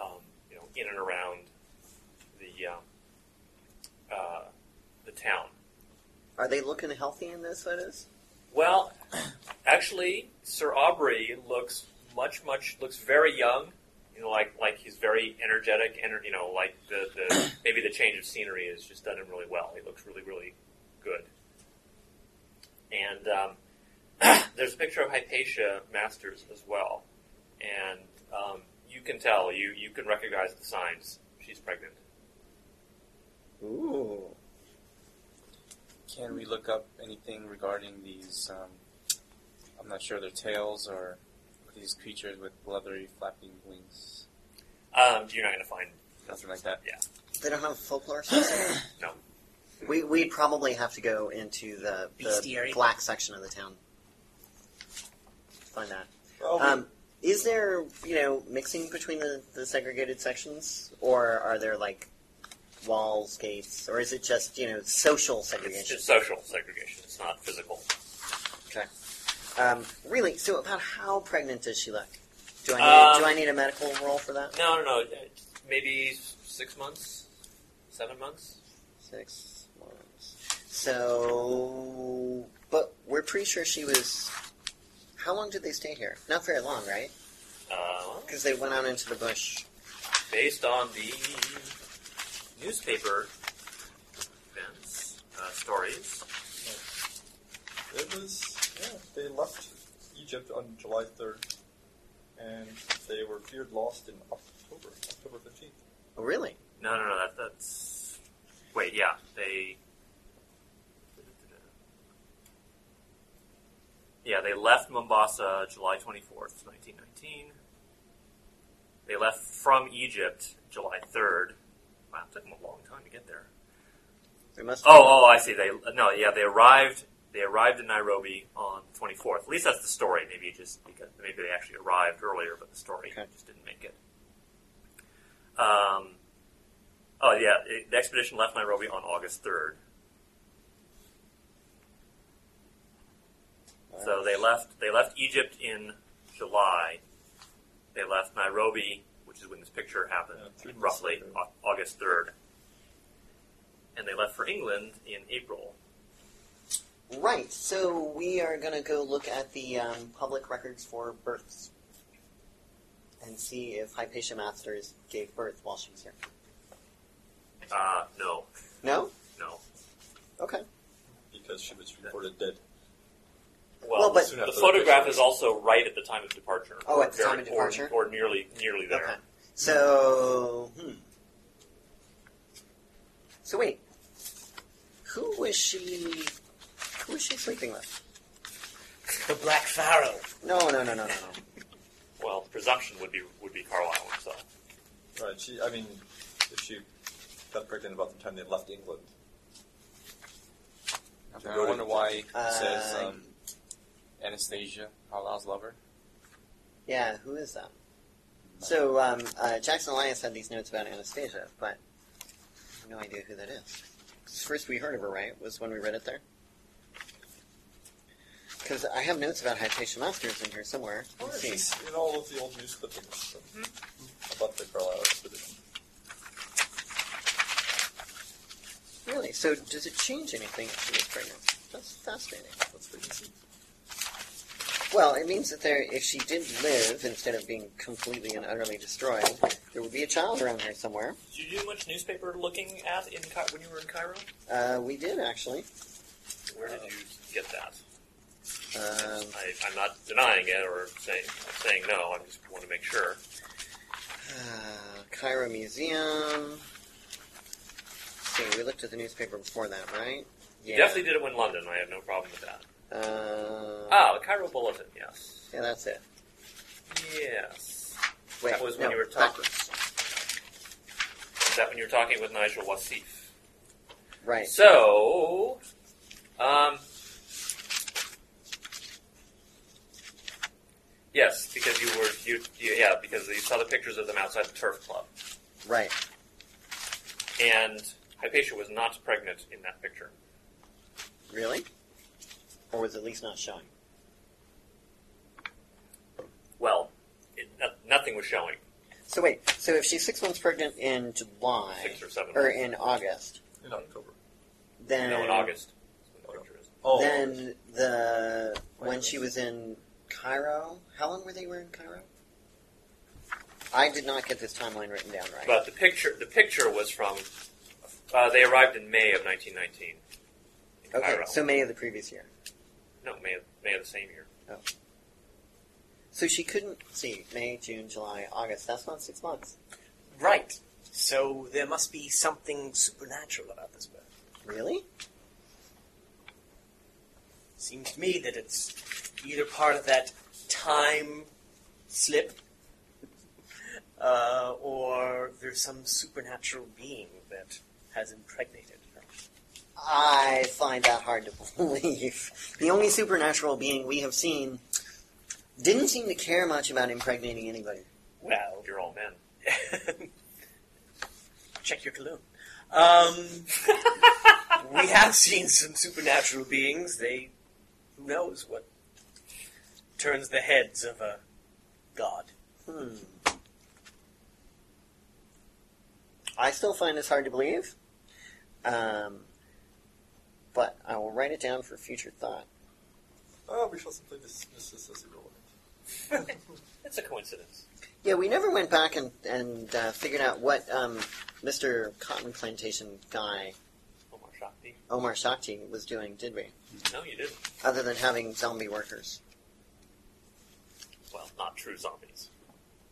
um, you know, in and around the um, uh, the town. Are they looking healthy in those photos? Well, actually, Sir Aubrey looks much, much looks very young. You know, like like he's very energetic, and you know, like the, the maybe the change of scenery has just done him really well. He looks really, really good. And um, there's a picture of Hypatia Masters as well, and um, you can tell you you can recognize the signs. She's pregnant. Ooh. Can we look up anything regarding these? Um, I'm not sure their tails or these creatures with leathery flapping wings, Um, you're not going to find nothing like that. They don't have folklore section? No. We, we'd probably have to go into the, the Bestiary. black section of the town. Find that. Well, Um, is there, you know, mixing between the, the segregated sections? Or are there, like, walls, gates? Or is it just, you know, social segregation? it's just social segregation. It's not physical. Um, really? So about how pregnant does she look? Do I need, Um, do I need a medical roll for that? No, no, no. uh, Maybe s- six months, seven months. Six months. So, but we're pretty sure she was. How long did they stay here? Not very long, right? Uh, Because they went out into the bush. based on the newspaper events, uh, stories. it was, yeah, they left Egypt on July 3rd, and they were feared lost in October, October 15th. Oh, really? No, no, no. That, that's. Wait, yeah, they. Yeah, they left Mombasa July 24th, 1919. They left from Egypt July 3rd. Wow, it took them a long time to get there. There must be Oh, oh, I see. They no, yeah, they arrived. They arrived in Nairobi on the 24th. At least that's the story. Maybe it just because maybe they actually arrived earlier, but the story Okay. just didn't make it. Um, oh yeah, it, the expedition left Nairobi on August 3rd. So they left. They left Egypt in July. They left Nairobi, which is when this picture happened, Yeah, three months roughly later. Au- August third. And they left for England in April. Right, so we are going to go look at the um, public records for births and see if Hypatia Masters gave birth while she was here. Uh, no, No? no. Okay. because she was reported dead. Well, Well, but- soon the after photograph picture. is also right at the time of departure. Oh, at the Very- time of or- departure? or, nearly, nearly there. Okay. So, hmm. So wait, who was she? Who was she sleeping with? The Black Pharaoh. No, no, no, no, no, no. Well, the presumption would be would be Carlisle himself. Right. She. I mean, if she got pregnant about the time they left England, I wonder why it Uh, says um, Anastasia, Halal's lover. Yeah, who is that? So um, uh, Jackson Elias had these notes about Anastasia, but I have no idea who that is. 'Cause First we heard of her, right, was when we read it there. Because I have notes about Hypatia Masters in here somewhere. I wonder Let's if see. it's in all of the old news clippings from- about the Carlisle expedition. Really? So does it change anything if she was pregnant? That's fascinating. Let's wait and see. Well, it means that there, if she did live instead of being completely and utterly destroyed, there would be a child around here somewhere. Did you do much newspaper looking at in Cai- when you were in Cairo? Uh, we did actually. Where did you get that? Um, I, I'm not denying it or saying saying no. I just want to make sure. uh, Cairo Museum. See, we looked at the newspaper before that, right? You Yeah. Definitely did it in London. I have no problem with that. Uh, Ah, the Cairo Bulletin. Yes. Yeah, that's it. Yes. Wait, That was when no, you were talking. backwards. Is that when you were talking with Nigel Wasif? Right. So, um, yes, because you were you, you yeah because you saw the pictures of them outside the turf club, Right. and Hypatia was not pregnant in that picture. Really? Or was at least not showing. Well, it, no, nothing was showing So wait. So if she's six months pregnant in July six or seven. or in August, In October. then no, in August. is when the picture is. Oh, then the when Wait, she was in Cairo. How long were they were in Cairo? I did not get this timeline written down right. But the picture the picture was from uh, they arrived in May of 1919. in okay, Cairo. so May of the previous year. no May of, May of the same year. So she couldn't see May, June, July, August. That's not six months. Right. So there must be something supernatural about this birth. Really? Seems to me that it's either part of that time slip, uh, or there's some supernatural being that has impregnated her. I find that hard to believe. The only supernatural being we have seen didn't seem to care much about impregnating anybody. Well, You're all men. check your cologne. Um, we have seen some supernatural beings. They, who knows what turns the heads of a god. Hmm. I still find this hard to believe. Um, but I will write it down for future thought. oh, we shall simply dismiss this as irrelevant. It's a coincidence. Yeah, we never went back and, and uh, figured out what um, Mr. Cotton Plantation guy, Omar Shakti. Omar Shakti, was doing, did we? No, you didn't. Other than having zombie workers, Well, not true zombies.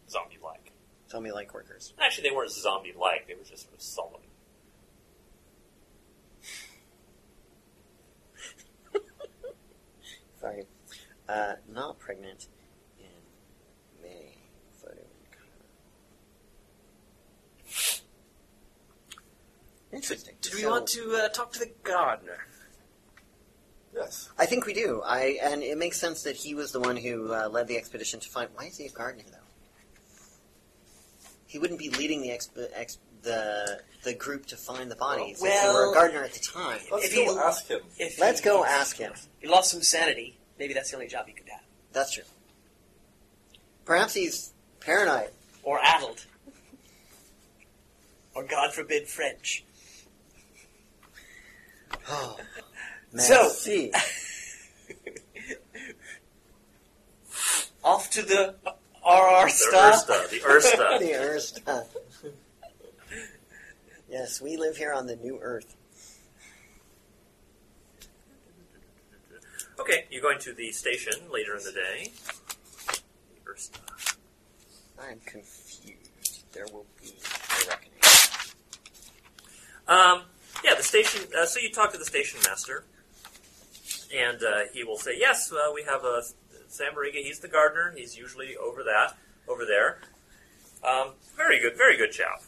Zombie-like. zombie like workers. Actually, they weren't zombie-like. They were just sort of sullen. Sorry. Uh, not pregnant in May. Photo. in Color. Interesting. Did we So- want to uh, talk to the gardener? Yes. I think we do. I and it makes sense that he was the one who uh, led the expedition to find. Why is he a gardener though? He wouldn't be leading the exp- ex- the the group to find the bodies if he were Well- a gardener at the time. Let's If go you- ask him. If Let's he- go ask him. He lost some sanity. Maybe that's the only job he could have. That's true. Perhaps he's paranoid. Or addled. Or, God forbid, French. Oh, So- merci. Off to the RR The star. Ursta. The Ursta. the Earth. yes, we live here on the new Earth. okay, you're going to the station later in the day. The Ursta. I'm confused. There will be a reckoning. Um, yeah, the station. Uh, so you talk to the station master, and uh, he will say, "Yes, uh, we have a Sam Mariga. He's the gardener. He's usually over that, over there. Um, very good, very good chap.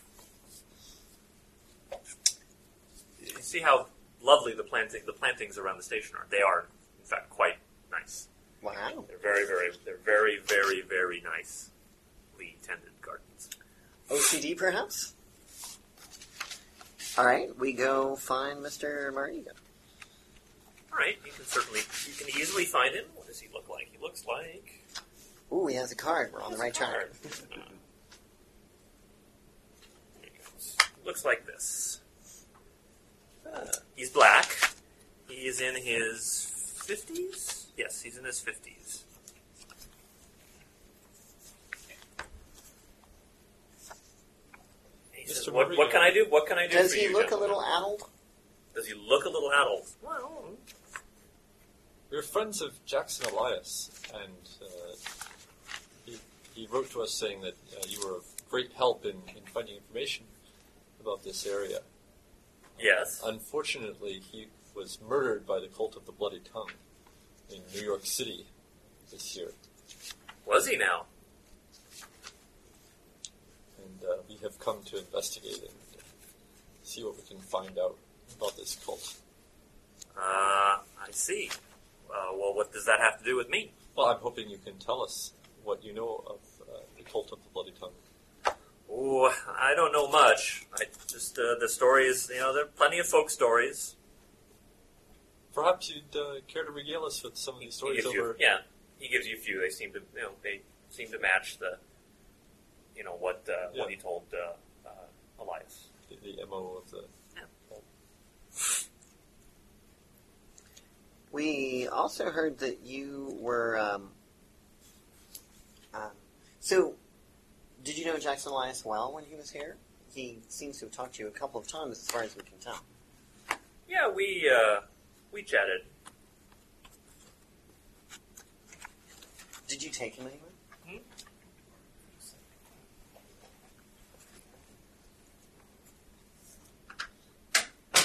You see how lovely the planting, the plantings around the station are. They are, in fact, quite nice. Wow. They're very, very, they're very, very, very nicely tended gardens. OCD, perhaps? All right, we go find Mr. Mariga. All right, you can certainly, you can easily find him. What does he look like? He looks like." Ooh, he has a card. We're on the right track. Looks like this. Uh, He's black. He is in his 50s? Yes, he's in his 50s. He says, Mr. what, what can I do? What can I do? Does for he you, look a gentlemen?" little addled? Does he look a little adult? Well, We're friends of Jackson Elias, and uh, he, he wrote to us saying that uh, you were of great help in, in finding information about this area. yes. Unfortunately, he was murdered by the cult of the Bloody Tongue in New York City this year, Was he now? and uh, we have come to investigate and see what we can find out about this cult. Uh, I see. Uh, well, what does that have to do with me? Well, I'm hoping you can tell us what you know of uh, the cult of the Bloody Tongue. Oh, I don't know much. I just uh, the stories, you know, there are plenty of folk stories. Perhaps you'd uh, care to regale us with some of these He stories gives you- over yeah, he gives you a few. They seem to, you know, they seem to match the, you know, what uh, what Yeah. he told uh, uh, Elias. the, the MO of the. We also heard that you were. Um, um, so, did you know Jackson Elias well when he was here? He seems to have talked to you a couple of times, as far as we can tell. Yeah, we uh, we chatted. Did you take him anywhere?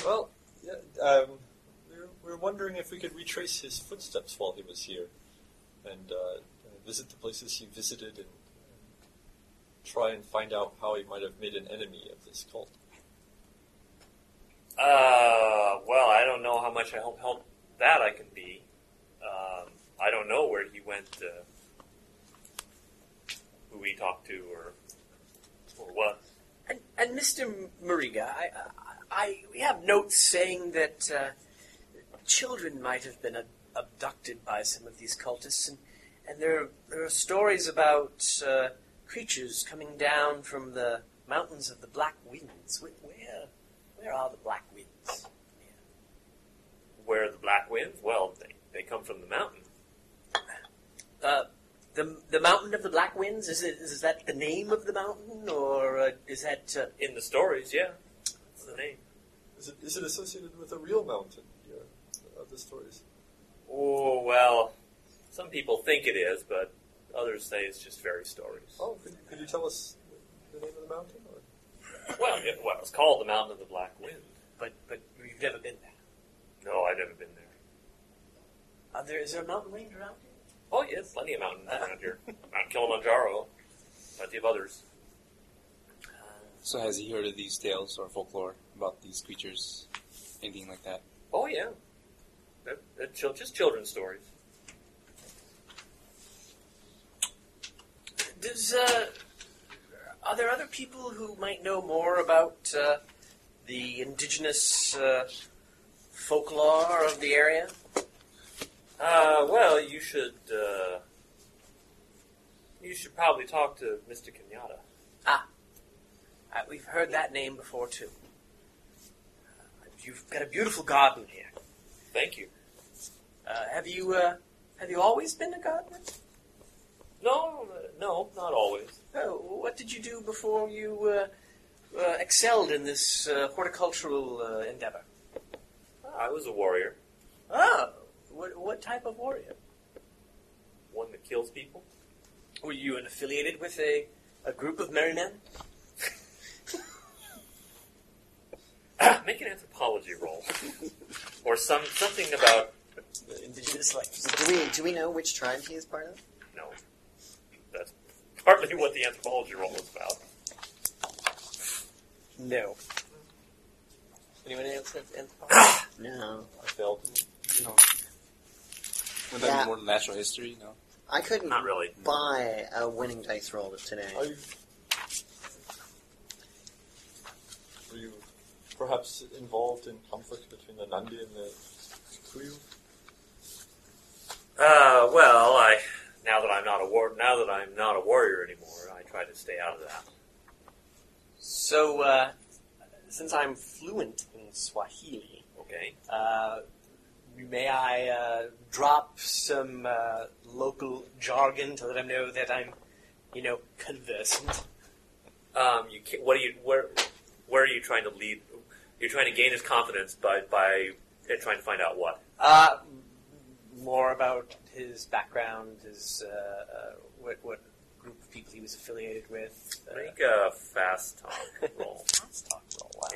Well, yeah, um, we're, we're wondering if we could retrace his footsteps while he was here and uh, visit the places he visited and try and find out how he might have made an enemy of this cult. Uh, well, I don't know how much I help help that I can be. Um, I don't know where he went, uh, who we talked to, or or what. And, and Mr. Mariga, I, I, I, we have notes saying that uh, children might have been ab- abducted by some of these cultists, and, and there, there are stories about uh, creatures coming down from the mountains of the Black Winds. Where, where, where are the Black Winds? Where the black winds? Well, they, they come from the mountain. Uh, the, the mountain of the Black Winds is it is that the name of the mountain or uh, is that uh, In the stories, yeah. That's the name. Is it, is it associated with a real mountain here uh, of the stories? Oh, well, some people think it is, but others say it's just fairy stories. Oh, could, could you tell us the name of the mountain? Or? Well, it, well, it's called the Mountain of the Black Wind. but but you've never been there? No, I've never been there. Are there is there a mountain range around here? Oh, yes, plenty of mountains around here. Mount Kilimanjaro, plenty of others. Uh, So has he heard of these tales or folklore about these creatures? Anything like that? Oh yeah, They're- they're chil- just children's stories. Does uh, are there other people who might know more about uh, the indigenous uh, folklore of the area? Uh, well, you should uh, you should probably talk to Mister Kenyatta. Uh, we've heard that name before too. Uh, you've got a beautiful garden here. Thank you. Uh, have you uh, have you always been a gardener? No, uh, no, not always. Oh, what did you do before you uh, uh, excelled in this uh, horticultural uh, endeavor? I was a warrior, Oh, what, what type of warrior? one that kills people. Were you an affiliated with a, a group of merry men? Make an anthropology roll, or some something about The indigenous life. Do we do we know which tribe he is part of? no. That's partly what the anthropology roll is about. No. Anyone else have No, I failed. Would that Yeah. be more natural history? No. I couldn't Not really. buy a winning dice roll today. Are you, were you perhaps involved in conflict between the Nandi and the Kuyu? Uh, well, I now that I'm not a war now that I'm not a warrior anymore, I try to stay out of that. So, uh, since I'm fluent in Swahili, Okay. uh, may I uh, drop some uh, local jargon to let them know that I'm, you know, conversant? Um, you ca what are you where where are you trying to lead? You're trying to gain his confidence by by and trying to find out what. Uh, more about his background, his uh, uh, what what group of people he was affiliated with. Uh, Make a fast talk roll. let's talk for a while.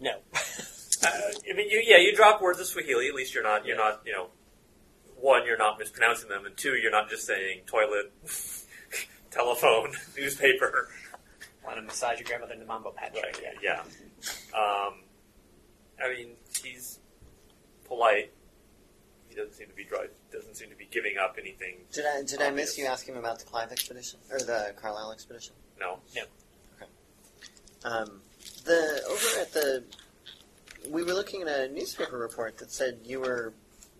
Yeah. No. Uh, I mean, you, yeah, you drop words of Swahili. At least you're not, you're Yeah. not, you know, one, you're not mispronouncing them, and two, you're not just saying toilet, telephone, newspaper. Want to massage your grandmother in the mambo patch? Right, yeah. Um, I mean, he's polite. He doesn't seem to be dry, doesn't seem to be giving up anything. Did I did I Obvious. miss you ask him about the Clive expedition or the Carlisle expedition? No. Um, the over at the we were looking at a newspaper report that said you were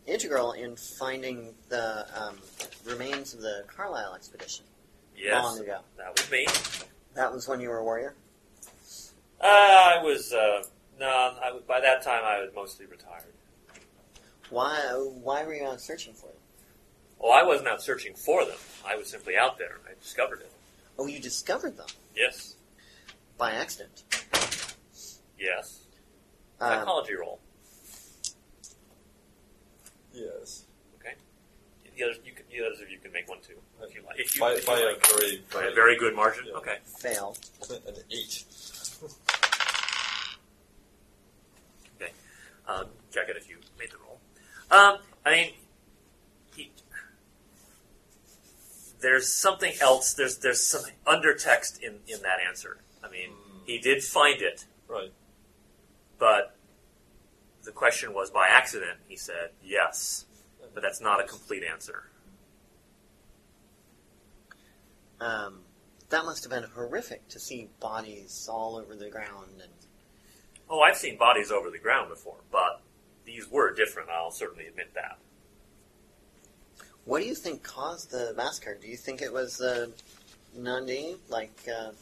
integral in finding the um, remains of the Carlisle expedition long Yes, ago. that was me. That was when you were a warrior. Uh, I was. Uh, no, I was, by that time I was mostly retired. Why why were you out searching for it? Oh, I wasn't out searching for them. I was simply out there. I discovered it. Oh, you discovered them Yes. by accident. Yes. Um, Psychology roll. Yes. The others, you can, the others of you can make one too, if you like. If you, By, if you by a like. very, By very, a very good margin. Yeah. Okay. fail. an eight. Um, check it if you made the roll. Um, I mean, he, there's something else. There's there's some undertext in in that answer. I mean, he did find it, Right. but the question was by accident. He said yes, but that's not a complete answer. Um, that must have been horrific to see bodies all over the ground and Oh, I've seen bodies over the ground before, but these were different. I'll certainly admit that. What do you think caused the massacre? Do you think it was the Nandi, like uh,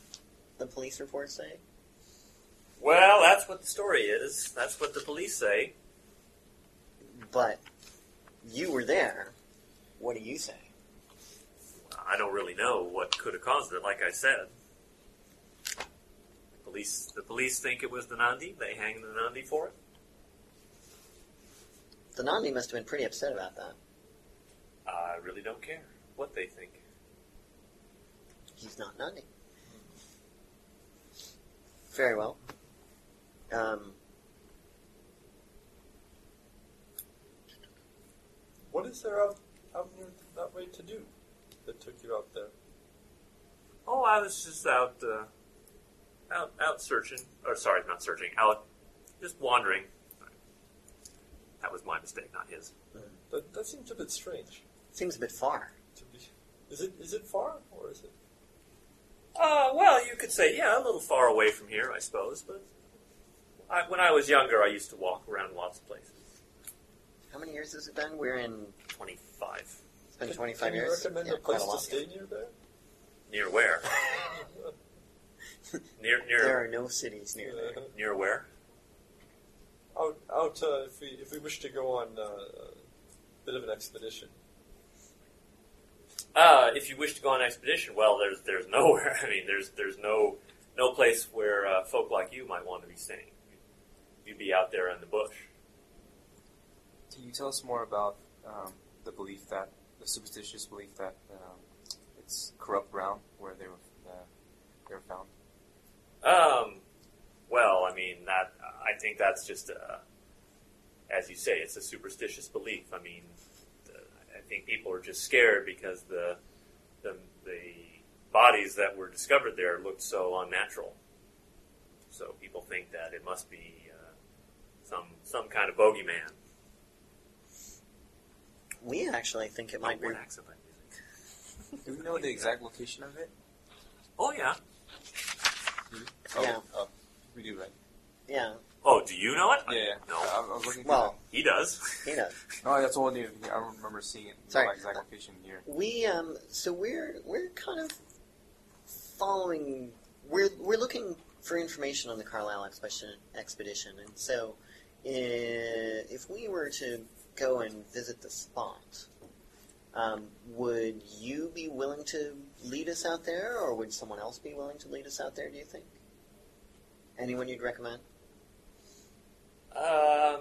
the police reports say? Well, that's what the story is. That's what the police say. But you were there. What do you say? I don't really know what could have caused it. Like I said, the police the police think it was the Nandi. They hang the Nandi for it. The Nandi must have been pretty upset about that. I really don't care what they think. He's not Nandi. Very well. Um, What is there out, out near that way to do that took you out there? Oh, I was just out, uh, out, out searching. Or sorry, not searching. Out, just wandering. That was my mistake, not his. That, that seems a bit strange. Seems a bit far. To be, is it is it far or is it? Uh, well, you could say, yeah, a little far away from here, I suppose. But I, when I was younger, I used to walk around lots of places. How many years has it been? We're in. Twenty-five. It's been Can- 25 can you years. recommend Yeah, a quite place to lot. stay near there? Near where? near There near are no cities near there. Uh, near where? out out uh, if we if we wish to go on uh, a bit of an expedition. Uh, if you wish to go on an expedition, well, there's there's nowhere. I mean, there's there's no no place where uh, folk like you might want to be staying. You'd be out there in the bush. Can you tell us more about um, the belief that the superstitious belief that um, it's corrupt ground where they were uh, they were found? Um, well, I mean that. I think that's just a, as you say, it's a superstitious belief. I mean, the, I think people are just scared because the the the bodies that were discovered there looked so unnatural. So people think that it must be uh, some some kind of bogeyman. We actually think it might be. Awkward accent, I think. Do we know the exact location of it? Oh yeah. Yeah. Oh, we do, right? Yeah, Oh, do you know it? Yeah. yeah. No, I, I was looking. for Well- he does. you know. that. no, that's all I knew. I don't remember seeing it. Sorry. My exact location here. We um so we're we're kind of following we're we're looking for information on the Carlisle expedition expedition and so uh, if we were to go and visit the spot um, would you be willing to lead us out there or would someone else be willing to lead us out there do you think anyone you'd recommend Um.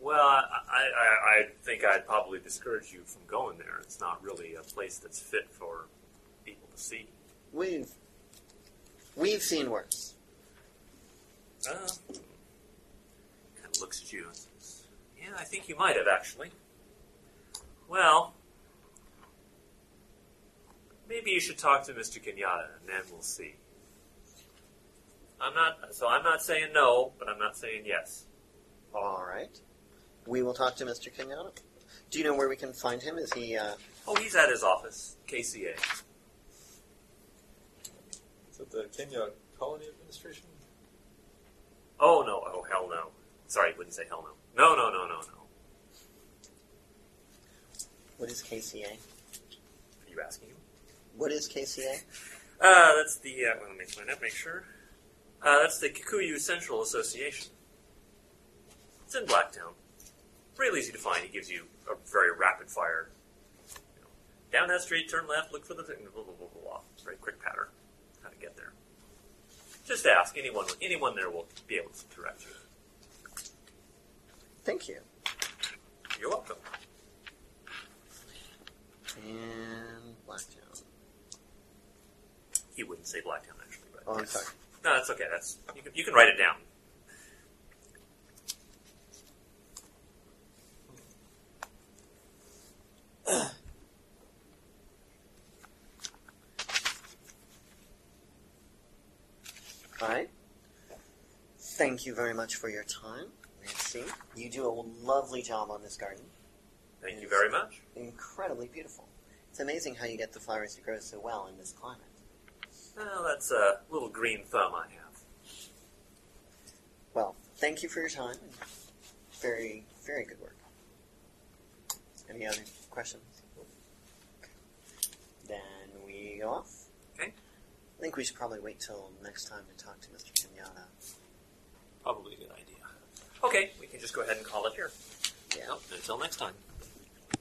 Well, I, I, I think I'd probably discourage you from going there. It's not really a place that's fit for people to see. we've we've seen worse Uh, kind of looks at you. and says, Yeah, I think you might have actually. Well, maybe you should talk to Mr. Kenyatta, and then we'll see. I'm not so I'm not saying no, but I'm not saying yes. all right we will talk to Mr. Kenyatta do you know where we can find him is he uh, Oh, he's at his office, KCA. Is that the Kenya Colony Administration? Oh no! Oh hell no! Sorry, wouldn't say hell no. No no no no no. What is KCA? Are you asking him? What is KCA? Uh, that's the. Uh, well, let me find out. Make sure. Uh, that's the Kikuyu Central Association. It's in Blacktown. Real easy to find. He gives you a very rapid fire. You know, down that street, turn left, look for the thing. Blah blah blah blah. blah. It's a very quick pattern. How to get there? Just ask anyone. Anyone there will be able to direct you. Thank you. You're welcome. And Blacktown. He wouldn't say Blacktown actually, but Oh, I'm sorry. No, that's okay. That's you can, you can write it down. All right. Thank you very much for your time, Nancy. You do a lovely job on this garden. Thank you very much. Incredibly beautiful. It's amazing how you get the flowers to grow so well in this climate. Well, that's a little green thumb I have. Well, thank you for your time. Very, very good work. Any other questions? Okay. Then we go off. Okay. I think we should probably wait till next time to talk to Mr. Kenyatta. Probably a good idea. Okay, we can just go ahead and call it here. Yeah. Well, until next time.